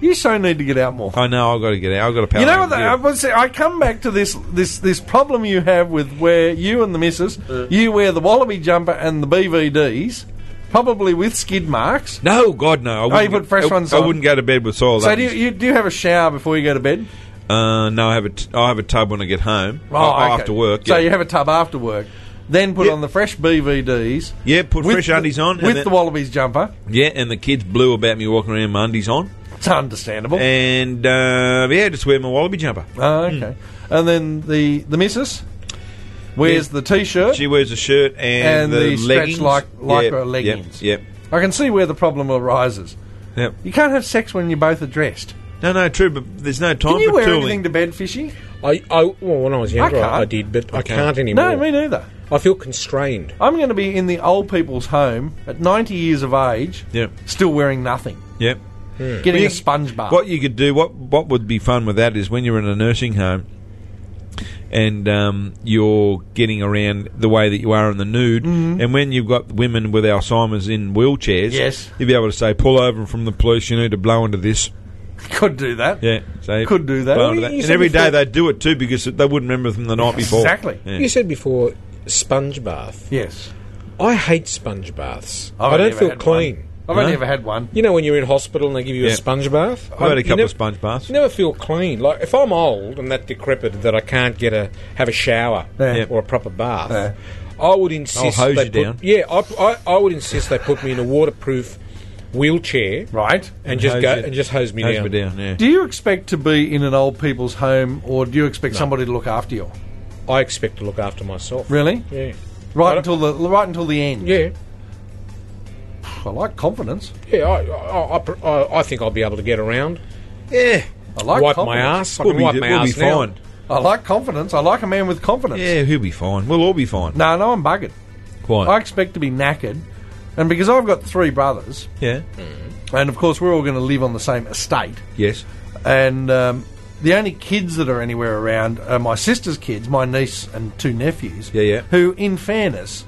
You so need to get out more. I know. Oh, I've got to get out. I've got to power. You know over what? the- here. I, was- see, I come back to this this this problem you have with where you and the missus, Uh. you wear the wallaby jumper and the BVDs, probably with skid marks. no, God, no. I wouldn't you put go- fresh I, ones I on. wouldn't go to bed with soil. So that do you, is- you do you have a shower before you go to bed? Uh, no, I have a t- I have a tub when I get home a- Oh, okay. Oh, after work. So yeah. you have a tub after work, then put Yeah. on the fresh BVDs. Yeah, put with fresh the- undies on and with then- the wallabies jumper. yeah, and the kids blew about me walking around with my undies on, It's understandable. and uh, yeah, just wear my wallaby jumper. Oh, okay. And then the the missus wears the t-shirt. She wears a shirt And and, the stretch leggings, lyc- lycra Yep, leggings. Yep, I can see where the problem arises. yep, yep. You can't have sex when you both are dressed. No, no, true, but there's no time Can you for wear tooling. anything to bed, Fishy? I, I well, when I was younger, I, I can't. did, but I Okay. can't anymore. No, me neither. I feel constrained. I'm going to be in the old people's home at 90 years of age, Yep, still wearing nothing, yep. getting Well, you- a sponge bath. What you could do, what what would be fun with that is when you're in a nursing home and um, you're getting around the way that you are in the nude, and when you've got women with Alzheimer's in wheelchairs, Yes. you'd be able to say, "Pull over from the police. You need to blow into this." Could do that. Yeah, so Could do that. blow into You- you And said every day before- they do it too because they wouldn't remember from the night before. Exactly. Yeah. You said before sponge bath. Yes. I hate sponge baths. I've I only don't ever feel had clean. one. I've only No? ever had one. You know when you're in hospital and they give you Yeah. a sponge bath. I've had a couple never, of sponge baths. Never feel clean. Like if I'm old and that decrepit that I can't get a have a shower Yeah. or a proper bath, Yeah. I would insist. hose they you put- down. Yeah, I, I, I would insist they put me in a waterproof wheelchair Right. and just hose go you- and just hose me Hose down. me down. Yeah. Do you expect to be in an old people's home or do you expect somebody to look after you? I expect to look after myself. Really? Yeah. Right I until the right until the end. Yeah, I like confidence. yeah. I, I, I, pr- I, I think I'll be able to get around. Yeah. I like wipe my confidence. ass. I We'll can be, wipe my we'll be ass now. fine. I like confidence. I like a man with confidence. Yeah, he'll be fine. We'll all be fine. No, no, I'm bugging. Quite. I expect to be knackered. And because I've got three brothers, yeah. and of course we're all going to live on the same estate, Yes. and um, the only kids that are anywhere around are my sister's kids, my niece and two nephews. Yeah, yeah. Who, in fairness,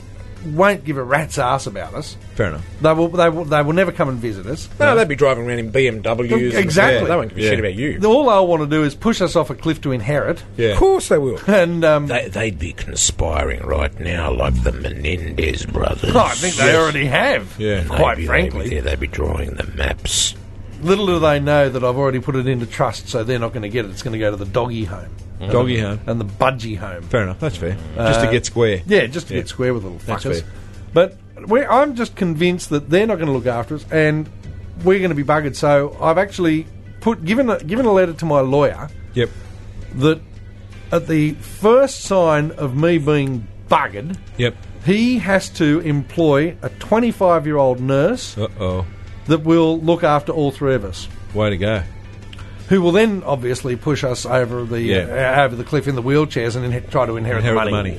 won't give a rat's ass about us. Fair enough. They will. They will. They will never come and visit us. No, they'd be driving around in BMWs. and- Exactly. Yeah, they won't give a Yeah. shit about you. All I want to do is push us off a cliff to inherit. Yeah. Of course they will. And um, They, they'd be conspiring right now like the Menendez brothers. Oh, I think they already have. Yeah. Quite frankly. they'd be drawing the maps. Little do they know that I've already put it into trust, so they're not going to get it. It's going to go to the doggy home Mm-hmm. Doggy home. and the budgie home. Fair enough. That's fair. Uh, Just to get square. Yeah, just to Yeah. get square with little That's fuckers. fair. But we're, I'm just convinced that they're not going to look after us, and we're going to be buggered. So I've actually put given a, given a letter to my lawyer Yep. that at the first sign of me being buggered, Yep. he has to employ a 25 year old nurse Uh oh. that will look after all three of us. Way to go. who will then obviously push us over the Yeah. uh, over the cliff in the wheelchairs and inhe- try to inherit, Inherit the money.